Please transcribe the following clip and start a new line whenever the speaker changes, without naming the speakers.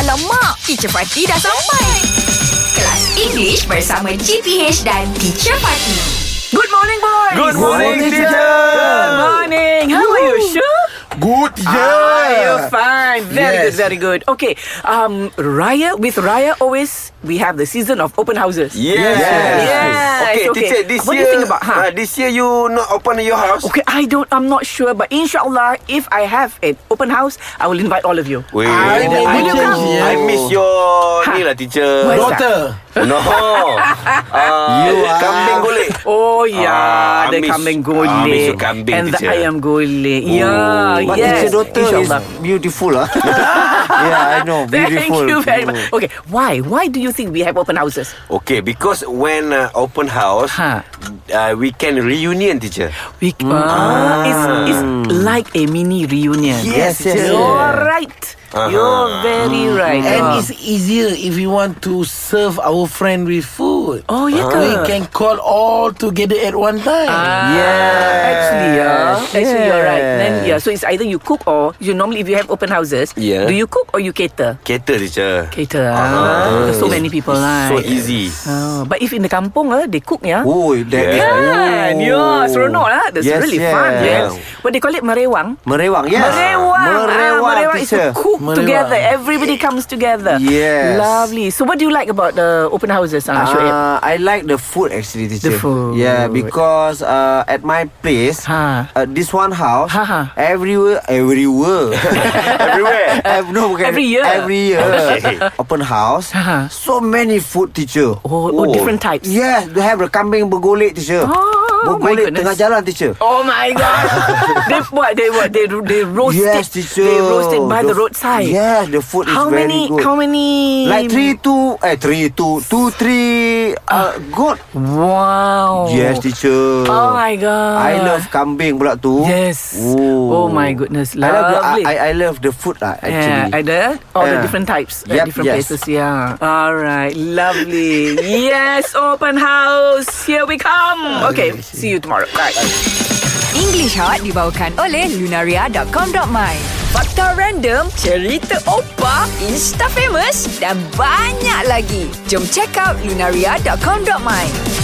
Alah mak, teacher Fatih dah sampai. Kelas English bersama GPH dan teacher Fatih.
Good morning, boys.
Good morning, teacher.
Good morning. How are you? Sure.
Good
Ah, you're
teacher.
fine. Very
Yes.
good. Very good. Okay. Um, Raya with Raya always we have the season of open houses. Yes.
Yes. Okay,
Okay.
teacher. This
What do
year,
you think about, huh?
uh, this year you not open your house.
Okay, I don't. I'm not sure, but inshallah, if I have an open house, I will invite all of Ah, you. Ha.
Wait.
I
I,
miss
I,
you.
miss, I miss your ni lah teacher.
What?
Daughter.
No. uh,
You are-
kambing golek.
Oh yeah,
Ah,
the
miss-
kambing
ah, miss
gole
your kambing,
and the
teacher. Oh.
ayam gole. Yeah,
But
yes. inshallah.
beautiful lah. yeah, I know.
Thank
Beautiful.
you very much. Okay, why? Why do you think we have open houses?
Okay, because when uh, open house,
Huh.
uh, we can reunion, teacher.
We, ah, it's, it's like a mini reunion.
Yes, yes, yes.
You're right. You're very right. Ah.
And it's easier if we want to serve our friend with food.
oh yeah,
We
ke?
can call all together at one time.
Ah, Actually, yeah. Actually, you're right. Then yeah, so it's either you cook or you normally if you have open houses,
Yeah.
do you cook or you cater?
Cater, teacher.
Cater. ah. Because so many people lah.
So easy.
Oh, but if in the kampung ah, they cook ya.
Oh, that
Yeah.
yeah.
Kan? Yeah, seronok lah. uh, That's
Oh. Yes,
really
yes.
fun. Yes.
Yeah.
What they call it merewang.
Merewang, yes.
Merewang. Ah,
Merewang,
merewang is
teacher.
to cook
Merewang.
together. Everybody comes together.
Yes.
Lovely. So what do you like about the open houses, ah, Shoaib?
Uh, I like the food actually, teacher.
The food.
Yeah, because uh, at my place,
Ha.
uh, this one house,
Ha, ha.
everywhere, everywhere,
Everywhere.
Ev- no, bukan.
Every year.
every year,
Okay.
open house,
Ha, ha.
so many food, teacher.
Oh, oh, different types.
Yes, they have the kambing bergolek, teacher.
Oh, my
bergolek
goodness.
tengah jalan, teacher.
Oh my god! they what? They what? They they roasted.
Yes, teacher.
They roasted by the,
f-
roadside.
Yes, the food
How
is very
many?
good.
How many?
Like three, two, eh, three, two, two, three, uh, good.
Wow.
Yes, teacher.
Oh my god.
I love kambing pula tu.
Yes. Oh my goodness,
I love the, I,
lovely.
I, I love the food lah,
Yeah,
actually.
ada all the
Yeah.
different types at
Yep,
different
yes.
places. Yeah. All right, lovely. yes, open house. Here we come. Okay, see you tomorrow. Bye.
English Hot dibawakan oleh Lunaria.com.my Fakta random, cerita opa, insta famous dan banyak lagi. Jom check out Lunaria.com.my